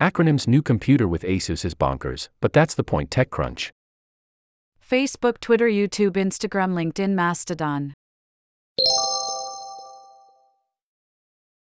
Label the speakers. Speaker 1: Acronym's new computer with Asus is bonkers, but that's the point TechCrunch.
Speaker 2: Facebook, Twitter, YouTube, Instagram, LinkedIn, Mastodon.